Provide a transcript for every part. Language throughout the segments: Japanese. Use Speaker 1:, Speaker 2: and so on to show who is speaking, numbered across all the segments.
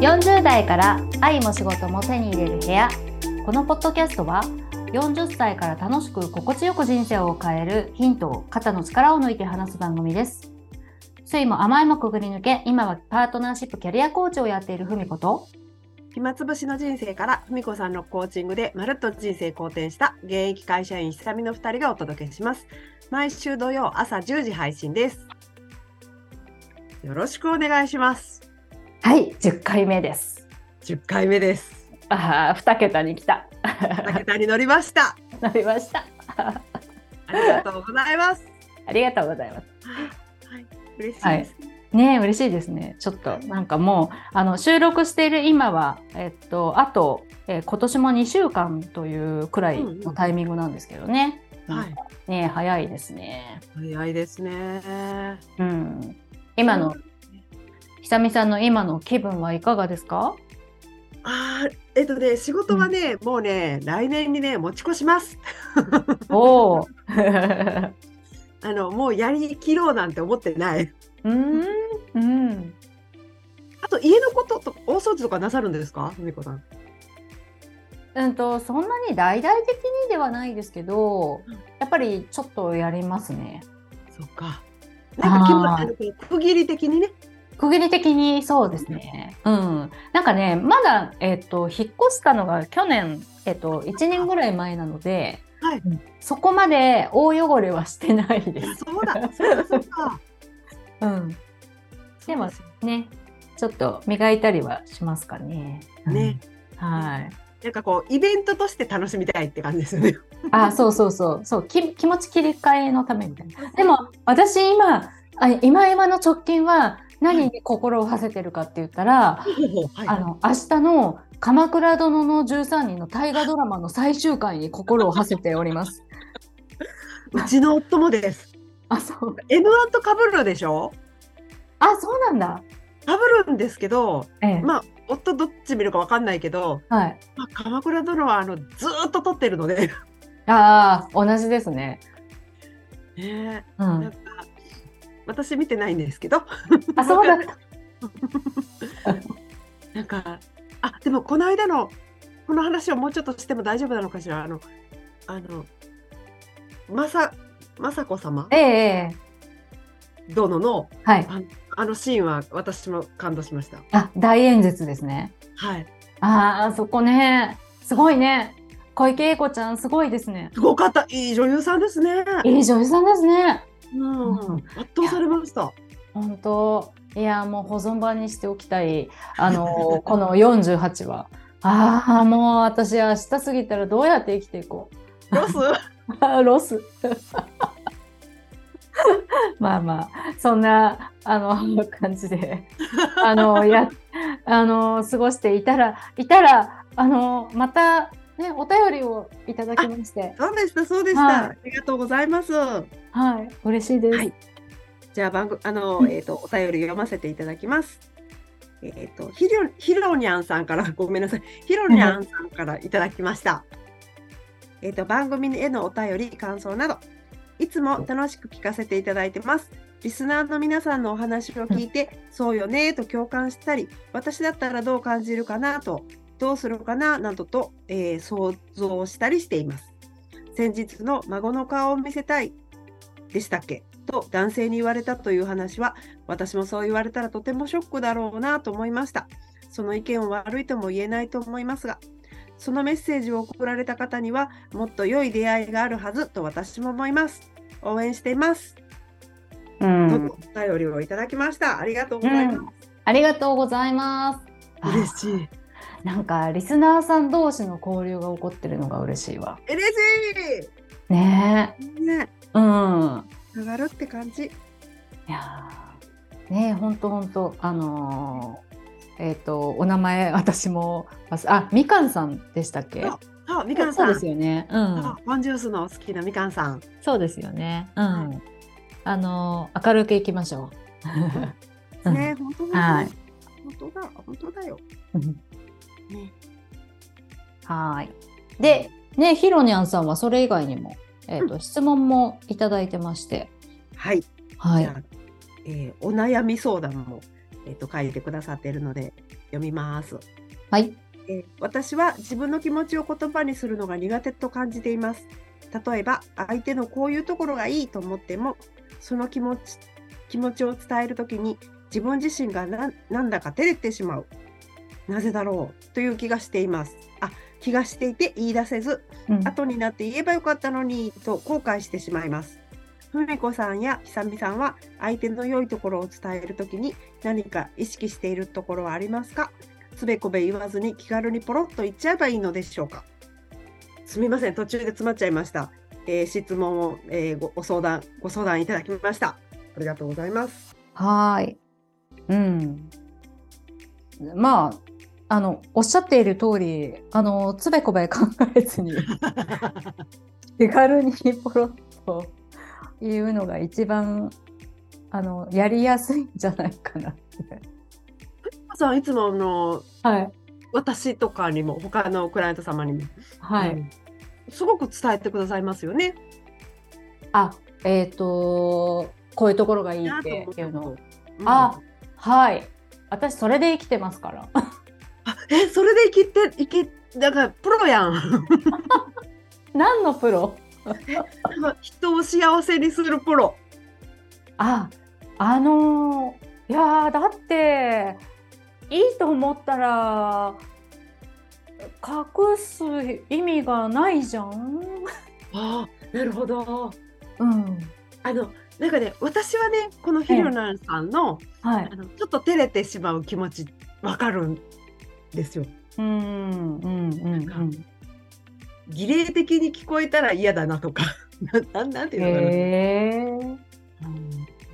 Speaker 1: 40代から愛も仕事も手に入れる部屋このポッドキャストは40歳から楽しく心地よく人生を変えるヒントを肩の力を抜いて話す番組です酸いも甘いもくぐり抜け今はパートナーシップキャリアコーチをやっているふみこと
Speaker 2: 暇つぶしの人生からふみこさんのコーチングでまるっと人生好転した現役会社員久美の2人がお届けします毎週土曜朝10時配信ですよろしくお願いします
Speaker 1: はい10回目です
Speaker 2: 10回目です
Speaker 1: ああ2桁に来た
Speaker 2: 竹田に乗りました
Speaker 1: なりました
Speaker 2: ありがとうございます
Speaker 1: ありがとうございます
Speaker 2: はい、嬉しいです、
Speaker 1: ねえ嬉しいですねちょっとなんかもうあの収録している今はえっとあと、えー今年も2週間というくらいのタイミングなんですけどね、
Speaker 2: はい、
Speaker 1: ねえ早いですね
Speaker 2: 早いですね
Speaker 1: うん、今の、久美さんの今の気分はいかがです か
Speaker 2: あーえっとね仕事はね、もうね来年にね持ち越します
Speaker 1: おお
Speaker 2: あのもうやりきろうなんて思ってない
Speaker 1: うん、うん、
Speaker 2: あと家のことと大掃除とかなさるんですかふみこさん
Speaker 1: うんとそんなに大々的にではないですけどやっぱりちょっとやりますね
Speaker 2: そっか。なんか気分
Speaker 1: あー
Speaker 2: あのこう区切り的にね。
Speaker 1: 区切り的にそうですねうんなんかねまだえっ、と引っ越したのが去年えっ、と1年ぐらい前なので、
Speaker 2: はい
Speaker 1: うんそこまで大汚れはしてないで
Speaker 2: いや
Speaker 1: す
Speaker 2: そうだ。そうだそ うだ。
Speaker 1: うんでも
Speaker 2: そう
Speaker 1: ね、ちょっと磨いたりはしますかね。
Speaker 2: ね
Speaker 1: うん。はい。
Speaker 2: すなんかこうイベントとして楽しみたいって感じですよね。
Speaker 1: あ、そうそうそう、そう、き、気持ち切り替えのためみたいな。でも、私今、あ、今今の直近は、何に心を馳せてるかって言ったら、
Speaker 2: はい
Speaker 1: あの、明日の。鎌倉殿の13人の大河ドラマの最終回に心を馳せており ます。
Speaker 2: うちの夫もです。
Speaker 1: あ、そう。
Speaker 2: N1 と被るでしょ。
Speaker 1: あ、そうなんだ。
Speaker 2: 被るんですけど、
Speaker 1: ええ。
Speaker 2: まあ夫どっち見るかわかんないけど、
Speaker 1: はい。
Speaker 2: まあ、鎌倉殿はあのずーっと撮ってるので。
Speaker 1: ああ、同じですね。
Speaker 2: ね
Speaker 1: う
Speaker 2: え なん
Speaker 1: ん。
Speaker 2: か私見てないんですけど、
Speaker 1: あ、そうだった。
Speaker 2: なんかあでもこの間のこの話をもうちょっとしても大丈夫なのかしらあのあのまさ雅子様
Speaker 1: ええええ。
Speaker 2: 殿の
Speaker 1: はい。
Speaker 2: あのシーンは私も感動しました。
Speaker 1: あ、大演説ですね。
Speaker 2: はい、
Speaker 1: ああ、そこね。すごいね。小池栄子ちゃん、すごいですね。
Speaker 2: すごかったいい女優さんですね。
Speaker 1: いい女優さんですね。
Speaker 2: うん
Speaker 1: うん
Speaker 2: 圧倒されました。
Speaker 1: 本当。いや、もう保存版にしておきたい。あの、この48話。ああ、もう私、明日過ぎたらどうやって生きていこ
Speaker 2: ロス
Speaker 1: う。あーロス。 まあまあ、そんな、あの、感じ で、あの、や、あの、過ごしていたら、いたら、あの、また、ね、お便りをいただきまして。
Speaker 2: そうでしたそうでした、
Speaker 1: はい
Speaker 2: ありがとうございます。
Speaker 1: はい、嬉しいです。
Speaker 2: はいじゃあ番組あの、
Speaker 1: うん
Speaker 2: えっ、とお便り読ませていただきます。えっ、とひろひろにゃんさんから ごめんなさいひろにゃんさんからいただきました。えっ、と番組へのお便り感想などいつも楽しく聞かせていただいてます。リスナーの皆さんのお話を聞いて、そうよねーと共感したり、私だったらどう感じるかなと、どうするかななどと、えー想像したりしています。先日の孫の顔を見せたいでしたっけと男性に言われたという話は私もそう言われたらとてもショックだろうなと思いましたその意見を悪いとも言えないと思いますがそのメッセージを送られた方にはもっと良い出会いがあるはずと私も思います応援しています、
Speaker 1: うん
Speaker 2: とのお便りをいただきましたありがとうございます、
Speaker 1: ありがとうございます。
Speaker 2: 嬉しい
Speaker 1: あなんかリスナーさん同士の交流が起こってるのが嬉しいわ。
Speaker 2: 嬉し
Speaker 1: ね
Speaker 2: いね
Speaker 1: え、うん。
Speaker 2: 上がるって感じ
Speaker 1: いやー、ねえ、本当本当あのーえっ、とお名前私も忘れあみかんさんでしたっけ？
Speaker 2: あみかん
Speaker 1: そ
Speaker 2: さ
Speaker 1: うんですよね。うん
Speaker 2: あ、ワンジュースの好きなみかんさん
Speaker 1: そうですよね。う
Speaker 2: は
Speaker 1: ん。あのー明るくいきましょう。うん
Speaker 2: ね、本当だ、
Speaker 1: はい
Speaker 2: 本当だ本当だよ
Speaker 1: うん
Speaker 2: ね
Speaker 1: はーい。で、ね、ひろにゃんさんはそれ以外にも、えっ、と、質問もいただいてまして。
Speaker 2: はい
Speaker 1: は
Speaker 2: じ
Speaker 1: い
Speaker 2: ゃ。あえーお悩み相談もえっと、書いてくださっているので読みます。
Speaker 1: はい。
Speaker 2: えー私は自分の気持ちを言葉にするのが苦手と感じています。例えば相手のこういうところがいいと思ってもその気持ち気持ちを伝えるときに自分自身がななんだか照れてしまう。なぜだろうという気がしています。あ気がしていて言い出せず
Speaker 1: うん
Speaker 2: 後になって言えばよかったのにと後悔してしまいます。ふみこさんやひさみさんは相手の良いところを伝えるときに何か意識しているところはありますかつべこべ言わずに気軽にポロッと言っちゃえばいいのでしょうかすみません、途中で詰まっちゃいました。えー質問を、えーごご相談、ご相談いただきました。ありがとうございます。
Speaker 1: はーい。うん。まあ、あの、おっしゃっている通り、あの、つべこべ考えずに、手軽にポロッと言うのが一番、あの、やりやすいんじゃないかなって。
Speaker 2: さん、いつもあの
Speaker 1: はい。
Speaker 2: 私とかにも、他のクライアント様にも、
Speaker 1: は
Speaker 2: う
Speaker 1: い。
Speaker 2: んすごく伝えてくださいますよね。
Speaker 1: あ、えっ、と、こういうところがいい
Speaker 2: な
Speaker 1: っ
Speaker 2: と
Speaker 1: て
Speaker 2: 思った
Speaker 1: いうの。
Speaker 2: うん
Speaker 1: あ、はい。私、それで生きてますから。
Speaker 2: え、それで生きて、生き、だからプロやん。
Speaker 1: 何のプロ
Speaker 2: 人を幸せにするプロ。
Speaker 1: あ、あのーいやーだっていいと思ったら隠す意味がないじゃん。
Speaker 2: ああ、なるほど。
Speaker 1: うん、
Speaker 2: あの、なんかね、私はね、このヒルナンさんの、
Speaker 1: はい
Speaker 2: あ。の、ちょっと照れてしまう気持ち、わかるんですよ。
Speaker 1: うんうんうんうん。
Speaker 2: 儀礼的に聞こえたら嫌だなとか。 ななん、なんていうのかな。
Speaker 1: へえ。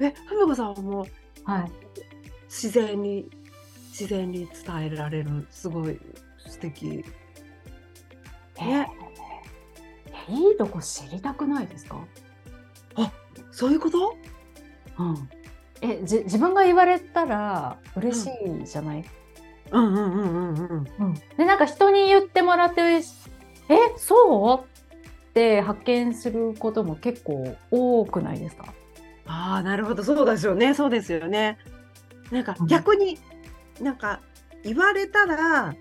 Speaker 2: え、ふみこさんはもう、
Speaker 1: はい。
Speaker 2: 自然に、自然に伝えられる、すごい素敵。
Speaker 1: え
Speaker 2: ね、
Speaker 1: いいとこ知りたくないですか？
Speaker 2: そういうこと。
Speaker 1: うん。え、じ自分が言われたら嬉しいじゃない？
Speaker 2: うんうんうんうんうん。
Speaker 1: うん、でなんか人に言ってもらってえそうって発見することも結構多くないですか
Speaker 2: ああ、なるほど、そうですよね、そうですよね。なんか
Speaker 1: うん
Speaker 2: 逆に、なんか言われたら、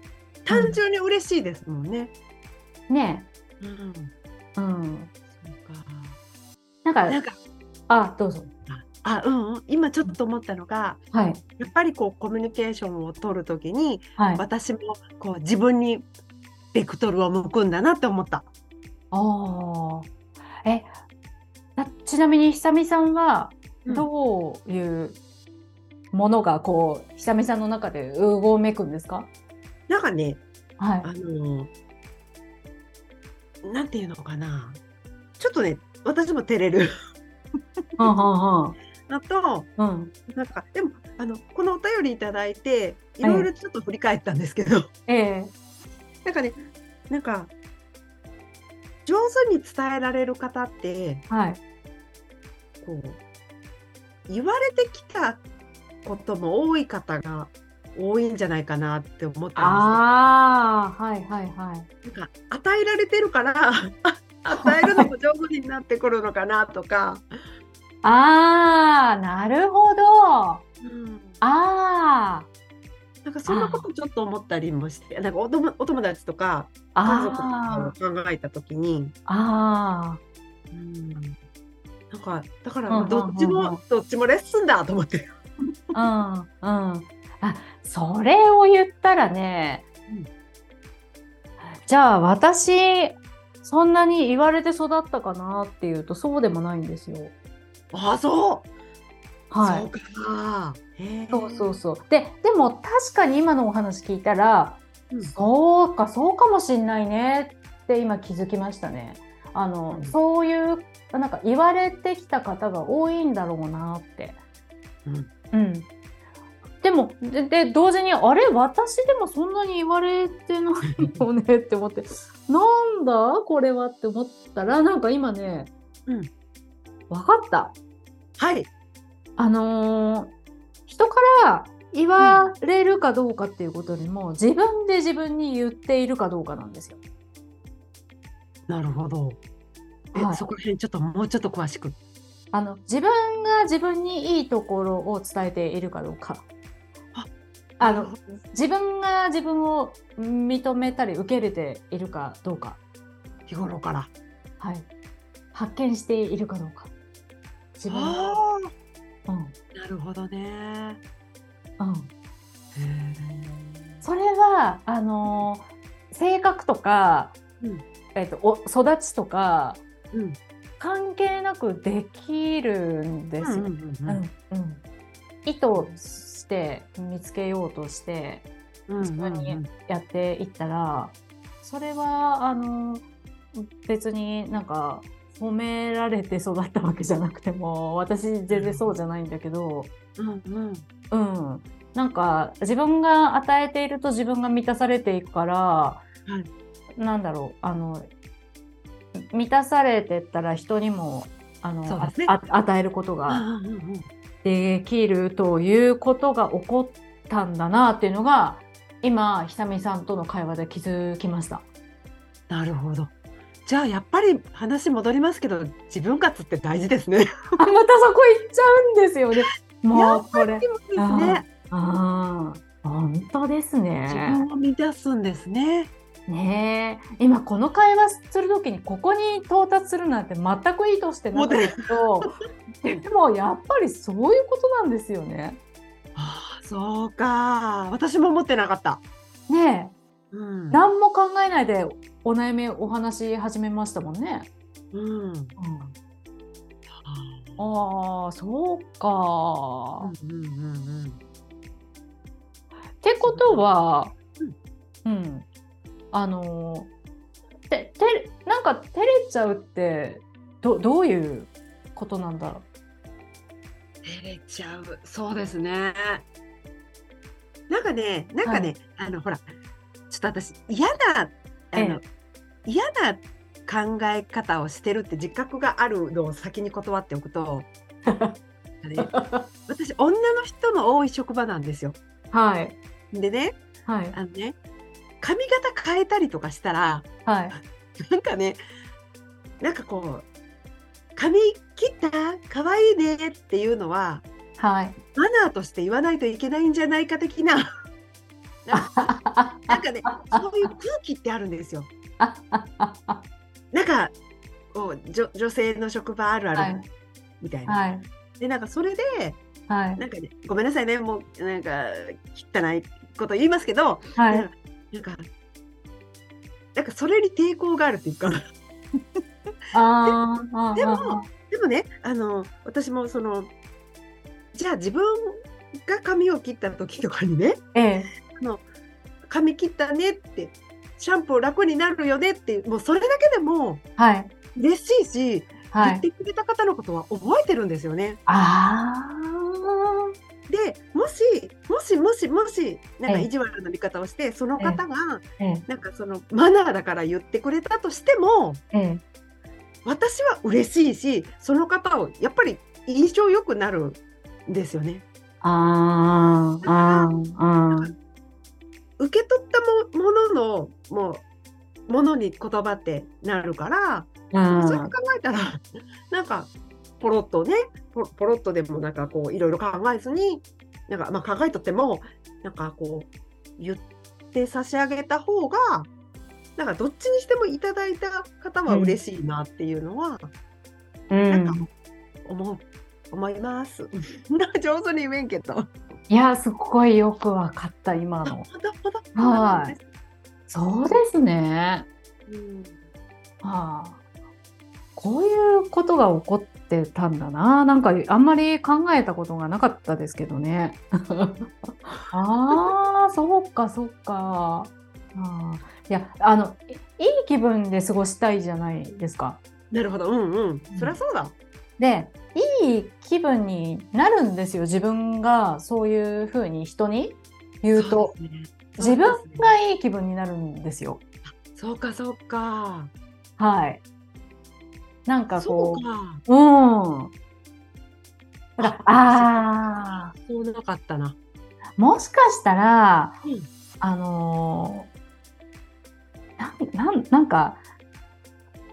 Speaker 2: 単純に嬉しいですもんね。
Speaker 1: ね
Speaker 2: うん、
Speaker 1: え、うん、
Speaker 2: そうか。
Speaker 1: なんか
Speaker 2: なんか、
Speaker 1: あどうぞ
Speaker 2: あ、うん、うん、今ちょっと思ったのが、
Speaker 1: はい
Speaker 2: やっぱりこうコミュニケーションを取るときに、
Speaker 1: はいあ
Speaker 2: 私もこう自分に。ベクトルを向くんだなって思った。
Speaker 1: あーえなちなみに久美さんは
Speaker 2: うん
Speaker 1: どういうものがこう久美さんの中でうごめくんですか
Speaker 2: なんかね、
Speaker 1: はい
Speaker 2: あのなんていうのかな。ちょっとね、私も照れる
Speaker 1: うんうん
Speaker 2: のと、
Speaker 1: うんうん
Speaker 2: なんかでもあのこのお便りいただいていろいろちょっと振り返ったんですけど、
Speaker 1: ええ
Speaker 2: なんかねなんか上手に伝えられる方って
Speaker 1: はい
Speaker 2: こう言われてきたことも多い方が多いんじゃないかなって思ったん
Speaker 1: ああはいはいはい
Speaker 2: ですよなんか与えられてるから 与えるのも上手になってくるのかなとか、
Speaker 1: ああ、なるほど。
Speaker 2: うん
Speaker 1: あ
Speaker 2: なんかそんなことちょっと思ったりもしてなんかおともお友達とか
Speaker 1: あ、
Speaker 2: 家族とか
Speaker 1: あ
Speaker 2: を考えた時に。
Speaker 1: あ、あ
Speaker 2: うんなんかだか
Speaker 1: うんうんうんう
Speaker 2: ら
Speaker 1: ん
Speaker 2: どっちも、どっちもレッスンだと思って。
Speaker 1: あ、うん、うん。あ、それを言ったらね
Speaker 2: うん、
Speaker 1: じゃあ私、そんなに言われて育ったかなっていうと、そうでもないんですよ。
Speaker 2: ああそう。
Speaker 1: は
Speaker 2: そう
Speaker 1: い。
Speaker 2: か。へえ
Speaker 1: そうそうそう。で、でも確かに今のお話聞いたら、
Speaker 2: うん
Speaker 1: そうか、そうかもしんないねって今気づきましたね。あの、
Speaker 2: うん
Speaker 1: そういう、なんか言われてきた方が多いんだろうなって。
Speaker 2: うん
Speaker 1: うん。でも、で、で同時に、あれ、私でもそんなに言われてないよねって思って、なんだこれはって思ったら、なんか今ね、
Speaker 2: うん
Speaker 1: わかった。
Speaker 2: はい。
Speaker 1: あのー人から言われるかどうかっていうことよりも、自分で自分に言っているかどうかなんですよ。
Speaker 2: なるほど。え、
Speaker 1: はい
Speaker 2: そこら辺ちょっともうちょっと詳しく。
Speaker 1: あの自分が自分にいいところを伝えているかどうか。あの自分が自分を認めたり受け入れているかどうか、
Speaker 2: 日頃から。
Speaker 1: はい、発見しているかどうか自分を、
Speaker 2: あ
Speaker 1: うん
Speaker 2: あ、なるほどね。
Speaker 1: うん、
Speaker 2: へえ
Speaker 1: それはあのー性格とか、
Speaker 2: うん
Speaker 1: えっとお育ちとか
Speaker 2: うん。
Speaker 1: 関係なくできるんですよ。
Speaker 2: うん
Speaker 1: うんうん意図して見つけようとして
Speaker 2: うんうんうん
Speaker 1: そういうやっていったらそれはあの別になんか褒められて育ったわけじゃなくても私全然そうじゃないんだけど、
Speaker 2: うんうん
Speaker 1: うん、なんか自分が与えていると自分が満たされていくから、なんだろうあの満たされてったら人にもあの、
Speaker 2: そうですね
Speaker 1: ああ与えることが。
Speaker 2: うんうんうん
Speaker 1: できるということが起こったんだなっていうのが今ひさみさんとの会話で気づきま した。
Speaker 2: なるほど。じゃあやっぱり話戻りますけど自分活って大事ですね。
Speaker 1: あまたそこ行っちゃうんですよね。もう これ。
Speaker 2: です
Speaker 1: ね。ああ本当です
Speaker 2: 自
Speaker 1: ね
Speaker 2: 分。を満たすんですね。
Speaker 1: ねえ今この会話する時にここに到達するなんて全く意図してなかったけどでもやっぱりそういうことなんですよね。
Speaker 2: ああ、そうか。私も思ってなかった。
Speaker 1: ねえ
Speaker 2: うん。
Speaker 1: 何も考えないでお悩みお話し始めましたもんね。
Speaker 2: うん。
Speaker 1: うん
Speaker 2: あ
Speaker 1: ああそうか、
Speaker 2: あうんうんうんうん。
Speaker 1: ってことは
Speaker 2: うん、
Speaker 1: うん、あのーててれなんか照れちゃうってどどういうことなんだろ
Speaker 2: 照れちゃう。そうですね。なんかね、なんかね、あのほら、ちょっと私嫌なあの、
Speaker 1: え
Speaker 2: 嫌な考え方をしてるって自覚があるのを先に断っておく と、あれ私女の人の多い職場なんですよ。
Speaker 1: うはい
Speaker 2: でね、
Speaker 1: はい
Speaker 2: あのね、髪型変えたりとかしたら、
Speaker 1: はい
Speaker 2: なんかね、なんかこう。髪切った可愛いねっていうのは
Speaker 1: はい
Speaker 2: マナーとして言わないといけないんじゃないか的な なんかねそういう空気ってあるんですよ。なんかこう女女性の職場あるあ
Speaker 1: は
Speaker 2: る
Speaker 1: い
Speaker 2: みたいな。
Speaker 1: はい
Speaker 2: でなんかそれで
Speaker 1: はい
Speaker 2: なんか、ね、ごめんなさいねもうなんか汚いこと言いますけど
Speaker 1: はい
Speaker 2: なんかなんかそれに抵抗があるっていうか
Speaker 1: あーあー
Speaker 2: でも
Speaker 1: あ
Speaker 2: でもねあの私もそのじゃあ自分が髪を切った時とかにね
Speaker 1: ーえ
Speaker 2: 髪切ったねってシャンプー楽になるよねっていうもうそれだけでも
Speaker 1: えはい
Speaker 2: 嬉しいし、
Speaker 1: は
Speaker 2: 言っ
Speaker 1: い
Speaker 2: てくれた方のことは覚えてるんですよね。
Speaker 1: あ
Speaker 2: でもしもしもしもしなんか
Speaker 1: ええ
Speaker 2: 意地悪な見方をしてその方が
Speaker 1: あえ
Speaker 2: なんかそのマナーだから言ってくれたとしても
Speaker 1: ええ
Speaker 2: 私は嬉しいしその方をやっぱり印象良くなるんですよね。
Speaker 1: あーあーあー
Speaker 2: 受け取ったももののもうものに言葉ってなるから
Speaker 1: うん
Speaker 2: そう考えたら なんかポロッとねポポロッとでもなんかこういろいろ考えずになんか、まあ、考えとってもなんかこう言って差し上げた方がなんかどっちにしてもいただいた方は嬉しいなっていうのは、
Speaker 1: う
Speaker 2: なん
Speaker 1: ん
Speaker 2: か思う思います。 上手に言えんけど。ほ
Speaker 1: いや、すっごいよくわかった、今の。
Speaker 2: どほど
Speaker 1: はい。そうですね。
Speaker 2: うん
Speaker 1: ああ。こういうことが起こってたんだな。なんか、あんまり考えたことがなかったですけどね。 ああ、そうか、そうか。ああいや、あの、いいい気分で過ごしたいじゃないですか。
Speaker 2: なるほど。うんうん。そりゃそうだ。
Speaker 1: で、いい気分になるんですよ。自分がそういうふうに人に言うと。
Speaker 2: そうですね
Speaker 1: 自分
Speaker 2: そうですね
Speaker 1: がいい気分になるんですよ。
Speaker 2: そうかそうか。
Speaker 1: はい。なんか
Speaker 2: そ
Speaker 1: こ
Speaker 2: うか。
Speaker 1: う、うん。ほらああ
Speaker 2: そうなかったな。
Speaker 1: ー、もしかしたら、
Speaker 2: うん
Speaker 1: あのーなん、なん、なんか、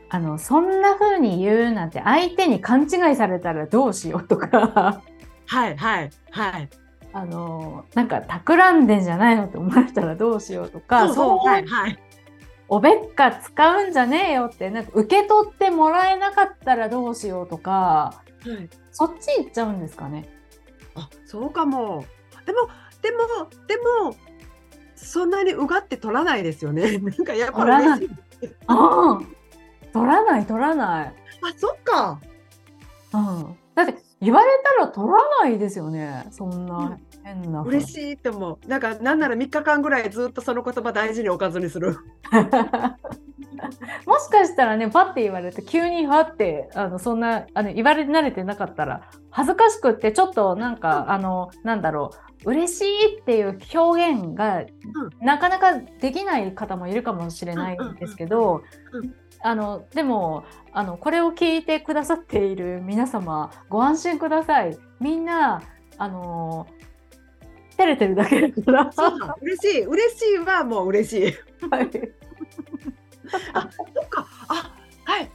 Speaker 1: あの、そんな風に言うなんて相手に勘違いされたらどうしようとか、
Speaker 2: はいはいはい。
Speaker 1: あのなんか企んでんじゃないのって思われたらどうしようとか
Speaker 2: そうそう、
Speaker 1: そ
Speaker 2: は
Speaker 1: う
Speaker 2: い、はい。
Speaker 1: おべっか使うんじゃねえよってなんか受け取ってもらえなかったらどうしようとか
Speaker 2: はい、
Speaker 1: そっち行っちゃうんですかね。
Speaker 2: あ、そうかも。でも、でも、でも。そんなにうがって取らないですよね。 なんかやっぱ
Speaker 1: 取らない
Speaker 2: 嬉しい。
Speaker 1: ああ取らない取らない。
Speaker 2: あ、そっか。
Speaker 1: うん、だって言われたら取らないですよねそんな変な、
Speaker 2: 嬉しいと思う。なんか、なんなら3日間ぐらいずっとその言葉大事におかずにす る。
Speaker 1: もしかしたらねパッて言われて急にはってあのそんなあの言われ慣れてなかったら恥ずかしくってちょっとなんかあのなんだろう嬉しいっていう表現がなかなかできない方もいるかもしれないんですけど
Speaker 2: うんうんうん
Speaker 1: あのでもあのこれを聞いてくださっている皆様ご安心くださいみんなあの照れてるだけだから。
Speaker 2: そうだ。嬉しい。嬉しいはもう嬉しい。
Speaker 1: はい
Speaker 2: そっか。あ、はい。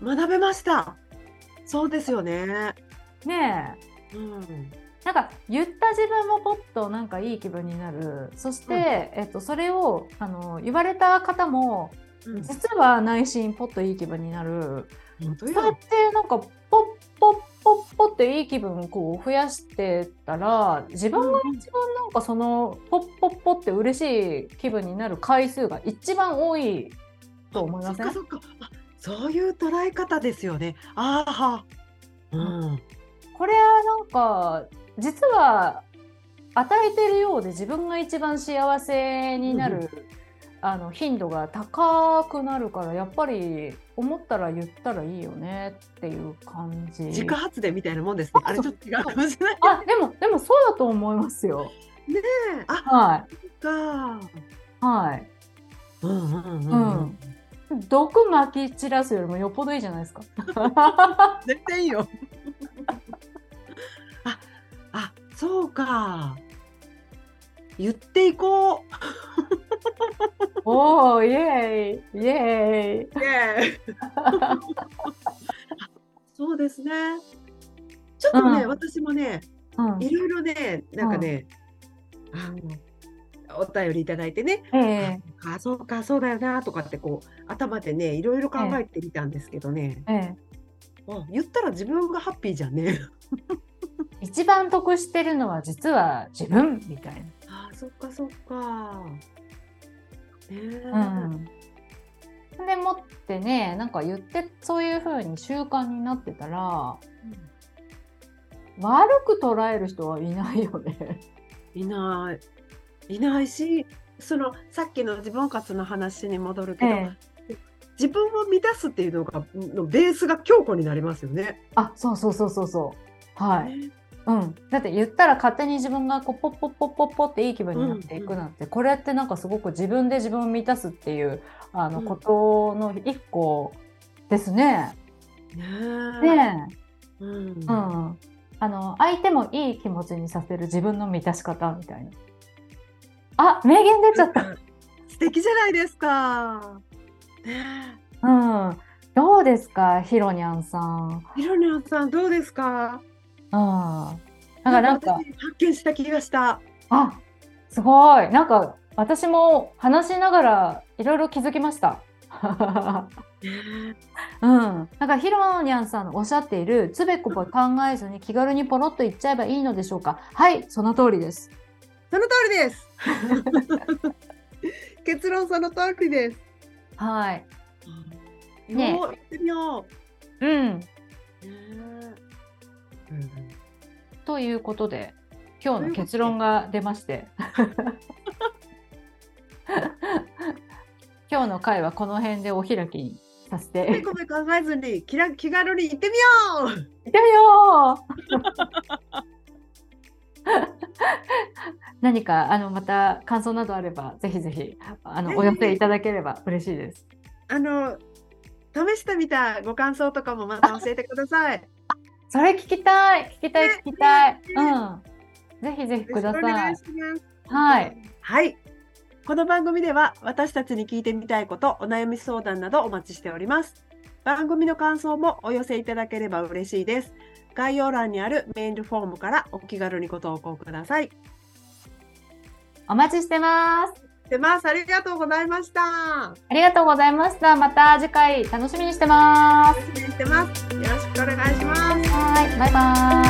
Speaker 2: ま、学べました。そうですよね。
Speaker 1: ねえ
Speaker 2: うん。
Speaker 1: なんか言った自分もポッとなんかいい気分になるそして、
Speaker 2: うん
Speaker 1: えっと、それをあの言われた方も
Speaker 2: うん
Speaker 1: 実は内心ポッといい気分になる
Speaker 2: 本当
Speaker 1: そうやっ
Speaker 2: よ。
Speaker 1: てなんかポッポッポッポッっていい気分をこう増やしてったら自分が
Speaker 2: うんうん
Speaker 1: 一番なんかそのポッポッポって嬉しい気分になる回数が一番多いと思い
Speaker 2: そ
Speaker 1: ま
Speaker 2: っ
Speaker 1: せん
Speaker 2: かそっか。あ、そういう捉え方ですよね。ああは。うん。
Speaker 1: これはなんか実は与えてるようで自分が一番幸せになる、
Speaker 2: うんう
Speaker 1: あの頻度が高くなるからやっぱり思ったら言ったらいいよねっていう感じ。
Speaker 2: 自家発電みたいなもんですね。あれちょっと違うかもしれない。
Speaker 1: あでもでもそうだと思いますよ。
Speaker 2: あ、
Speaker 1: はい
Speaker 2: そっか。
Speaker 1: はい。
Speaker 2: うんうんうん。うん、
Speaker 1: 毒まき散らすよりもよっぽどいいじゃないです か。
Speaker 2: 全然いいよ。あ、あ、そうか。言っていこう。
Speaker 1: おおイエーイイエーイ。
Speaker 2: ねえそうですね。ちょっとね、
Speaker 1: うん
Speaker 2: 私もね、
Speaker 1: うん
Speaker 2: いろいろね、なんかね、あのお便りいただいてね、
Speaker 1: え
Speaker 2: あそうか、そうだよなとかってこう頭でね、いろいろ考えてみたんですけどね
Speaker 1: え、ええ
Speaker 2: あ言ったら自分がハッピーじゃん ね。
Speaker 1: 一番得してるのは実は自分みたいな。
Speaker 2: あそっかそっか。ねえ
Speaker 1: うん、でもってねなんか言ってそういう風に習慣になってたら悪く捉える人はいないよね。
Speaker 2: いない。いないし、そのさっきの自分活の話に戻るけど、自分を満たすっていうのがのベースが強固になりますよね。
Speaker 1: あそうそうそうそうそう。はい
Speaker 2: ね
Speaker 1: うん、だって言ったら勝手に自分がこうポッポッポッポッポっていい気分になっていくなんて、これってなんかすごく自分で自分を満たすっていうあの
Speaker 2: うん
Speaker 1: ことの一個ですね。
Speaker 2: ねえ
Speaker 1: ねえ
Speaker 2: うん
Speaker 1: うん、あの相手もいい気持ちにさせる自分の満たし方みたいな。あ名言出ちゃった。
Speaker 2: 素敵じゃないですか。ね
Speaker 1: うん、どうですかひろにゃんさん。
Speaker 2: え、ひろにゃんさんどうですか。
Speaker 1: うん、なんかなんか
Speaker 2: 私発見した気がした。
Speaker 1: あすごいなんか私も話しながらいろいろ気づきました。
Speaker 2: ね
Speaker 1: うん、なんかひろにゃんさんのおっしゃっているつべこべ考えずに気軽にポロッと言っちゃえばいいのでしょうかはいその通りです
Speaker 2: その通りです。 結論その通りです。
Speaker 1: はいねえ
Speaker 2: ね、行ってみよ
Speaker 1: うん
Speaker 2: う。ねえ
Speaker 1: ということで今日の結論が出まして 今日の回はこの辺でお開きにさせて
Speaker 2: うん、ペコペコ考えずに気ら気軽に行ってみよう。
Speaker 1: 行ってみよう 何かあのまた感想などあればぜひぜひあ
Speaker 2: ぜ
Speaker 1: の
Speaker 2: ひ
Speaker 1: お寄せいただければ嬉しいです。
Speaker 2: あの試してみたご感想とかもまた教えてください。
Speaker 1: それ聞きたい聞きたい
Speaker 2: ね
Speaker 1: 聞きたい。
Speaker 2: ね
Speaker 1: うん。ぜひぜひくだ
Speaker 2: よろしくお
Speaker 1: さ
Speaker 2: 願
Speaker 1: い
Speaker 2: いし。ます。
Speaker 1: はい。
Speaker 2: はい。この番組では私たちに聞いてみたいこと、お悩み相談などお待ちしております。番組の感想もお寄せいただければ嬉しいです。概要欄にあるメールフォームからお気軽にご投稿ください。
Speaker 1: お待ちしてます。
Speaker 2: でます。ありがとうございました。
Speaker 1: ありがとうございました。また次回楽しみにしてます。
Speaker 2: 失礼してます。よろしくお願いします。
Speaker 1: はい、バイバイ。